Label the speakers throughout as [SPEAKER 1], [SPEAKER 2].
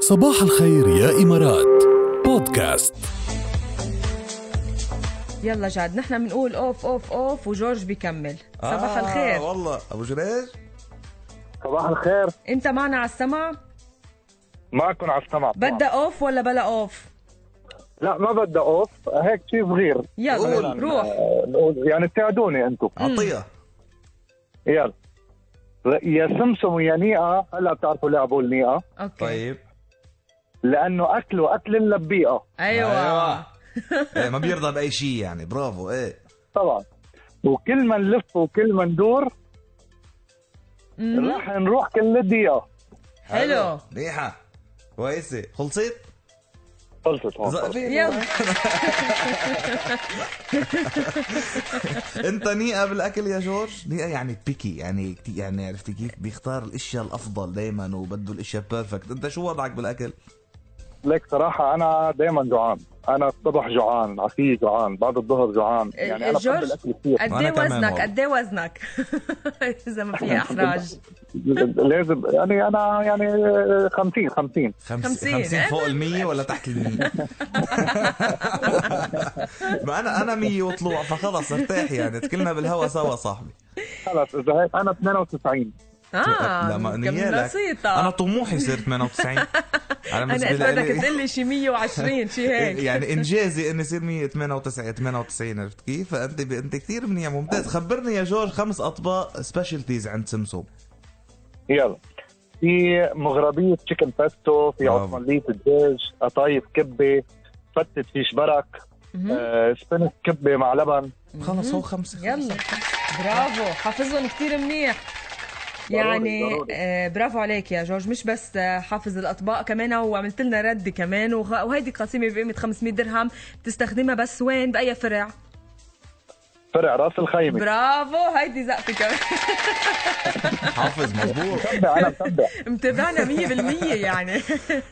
[SPEAKER 1] صباح الخير يا إمارات بودكاست
[SPEAKER 2] يلا جاد نحن بنقول اوف اوف اوف وجورج بيكمل صباح
[SPEAKER 3] آه،
[SPEAKER 2] الخير
[SPEAKER 3] والله ابو جريج
[SPEAKER 4] صباح الخير
[SPEAKER 2] انت معنا على السمع
[SPEAKER 4] معكم على السمع طبعاً.
[SPEAKER 2] بدها اوف ولا بلا اوف
[SPEAKER 4] لا ما بدي اوف هيك شيء صغير
[SPEAKER 2] يلا
[SPEAKER 3] قول. طيب.
[SPEAKER 2] روح
[SPEAKER 4] آه، يعني تساعدوني انتم
[SPEAKER 3] عطيه
[SPEAKER 4] يلا يا سمسم ويا نيئه هلا بتعرفوا لعبوا النيئه
[SPEAKER 2] اوكي
[SPEAKER 3] طيب
[SPEAKER 4] لانه اكله اكل اللبيئه
[SPEAKER 3] أيوة.
[SPEAKER 2] ايوه
[SPEAKER 3] ايه ما بيرضى باي شيء يعني برافو ايه
[SPEAKER 4] طبعا وكل ما نلف وكل ما ندور
[SPEAKER 2] مم.
[SPEAKER 4] رح نروح كل دقيقه
[SPEAKER 2] حلو
[SPEAKER 3] منيحه كويسه خلصت؟
[SPEAKER 4] خلصت هون
[SPEAKER 3] إذا-
[SPEAKER 4] خلصت.
[SPEAKER 3] في-
[SPEAKER 2] يلا
[SPEAKER 3] انت نيئه بالاكل يا جورج نيئه يعني بيكي يعني كتي- يعني عرفتي كيف بيختار الاشياء الافضل دائما وبده الاشياء بيرفكت انت شو وضعك بالاكل
[SPEAKER 4] لك صراحه انا دائما جوعان انا الصبح جوعان عشية جوعان بعد الظهر جوعان يعني انا بحب
[SPEAKER 2] جورج،
[SPEAKER 4] الاكل كثير
[SPEAKER 2] قد
[SPEAKER 3] وأنا
[SPEAKER 2] ايه
[SPEAKER 3] كمان
[SPEAKER 2] وزنك
[SPEAKER 3] والله.
[SPEAKER 2] قد ايه وزنك اذا ما في احراج
[SPEAKER 4] لازم يعني انا يعني 50 50
[SPEAKER 3] خمس-
[SPEAKER 2] خمسين.
[SPEAKER 3] خمسين فوق ال 100 ولا تحت ال 100 ما انا انا 100 وطلوع فخلص ارتاح يعني كلنا بالهوا سوا صاحبي
[SPEAKER 4] خلص اذا هيك انا 92
[SPEAKER 2] اه
[SPEAKER 3] لا ما
[SPEAKER 2] كم
[SPEAKER 3] نيالك
[SPEAKER 2] بسيطة
[SPEAKER 3] انا طموحي صير 98 انا
[SPEAKER 2] انا
[SPEAKER 3] بالنسبه
[SPEAKER 2] قلت بدك
[SPEAKER 3] لي
[SPEAKER 2] تقول لي شي 120 شي هيك
[SPEAKER 3] يعني انجازي اني صير 198 98 عرفت كيف؟ فانت ب... انت كثير منيح ممتاز خبرني يا جورج خمس اطباق سبيشالتيز عند سمسم
[SPEAKER 4] يلا في مغربية تشيكن باستو في
[SPEAKER 3] برافو.
[SPEAKER 4] عثمانية الدجاج قطايف كبة فتة فيش برك
[SPEAKER 2] مهم.
[SPEAKER 4] آه، سبنس كبة مع لبن
[SPEAKER 3] خلص هو خمسه
[SPEAKER 2] يلا برافو حافظهم كتير منيح
[SPEAKER 4] ضروري،
[SPEAKER 2] يعني
[SPEAKER 4] ضروري.
[SPEAKER 2] آه، برافو عليك يا جورج مش بس آه، حافظ الاطباق كمان وعملت لنا رد كمان وغ- وهيدي قسيمه بقيمه 500 درهم بتستخدمها بس وين باي فرع
[SPEAKER 4] فرع راس الخيمة
[SPEAKER 2] برافو هيدي زقفه كمان
[SPEAKER 3] حافظ مزبوط
[SPEAKER 4] متبع أنا متبع
[SPEAKER 2] متابعنا 100% يعني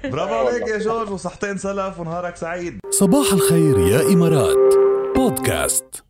[SPEAKER 3] برافو عليك يا جورج وصحتين سلف ونهارك سعيد
[SPEAKER 1] صباح الخير يا إمارات بودكاست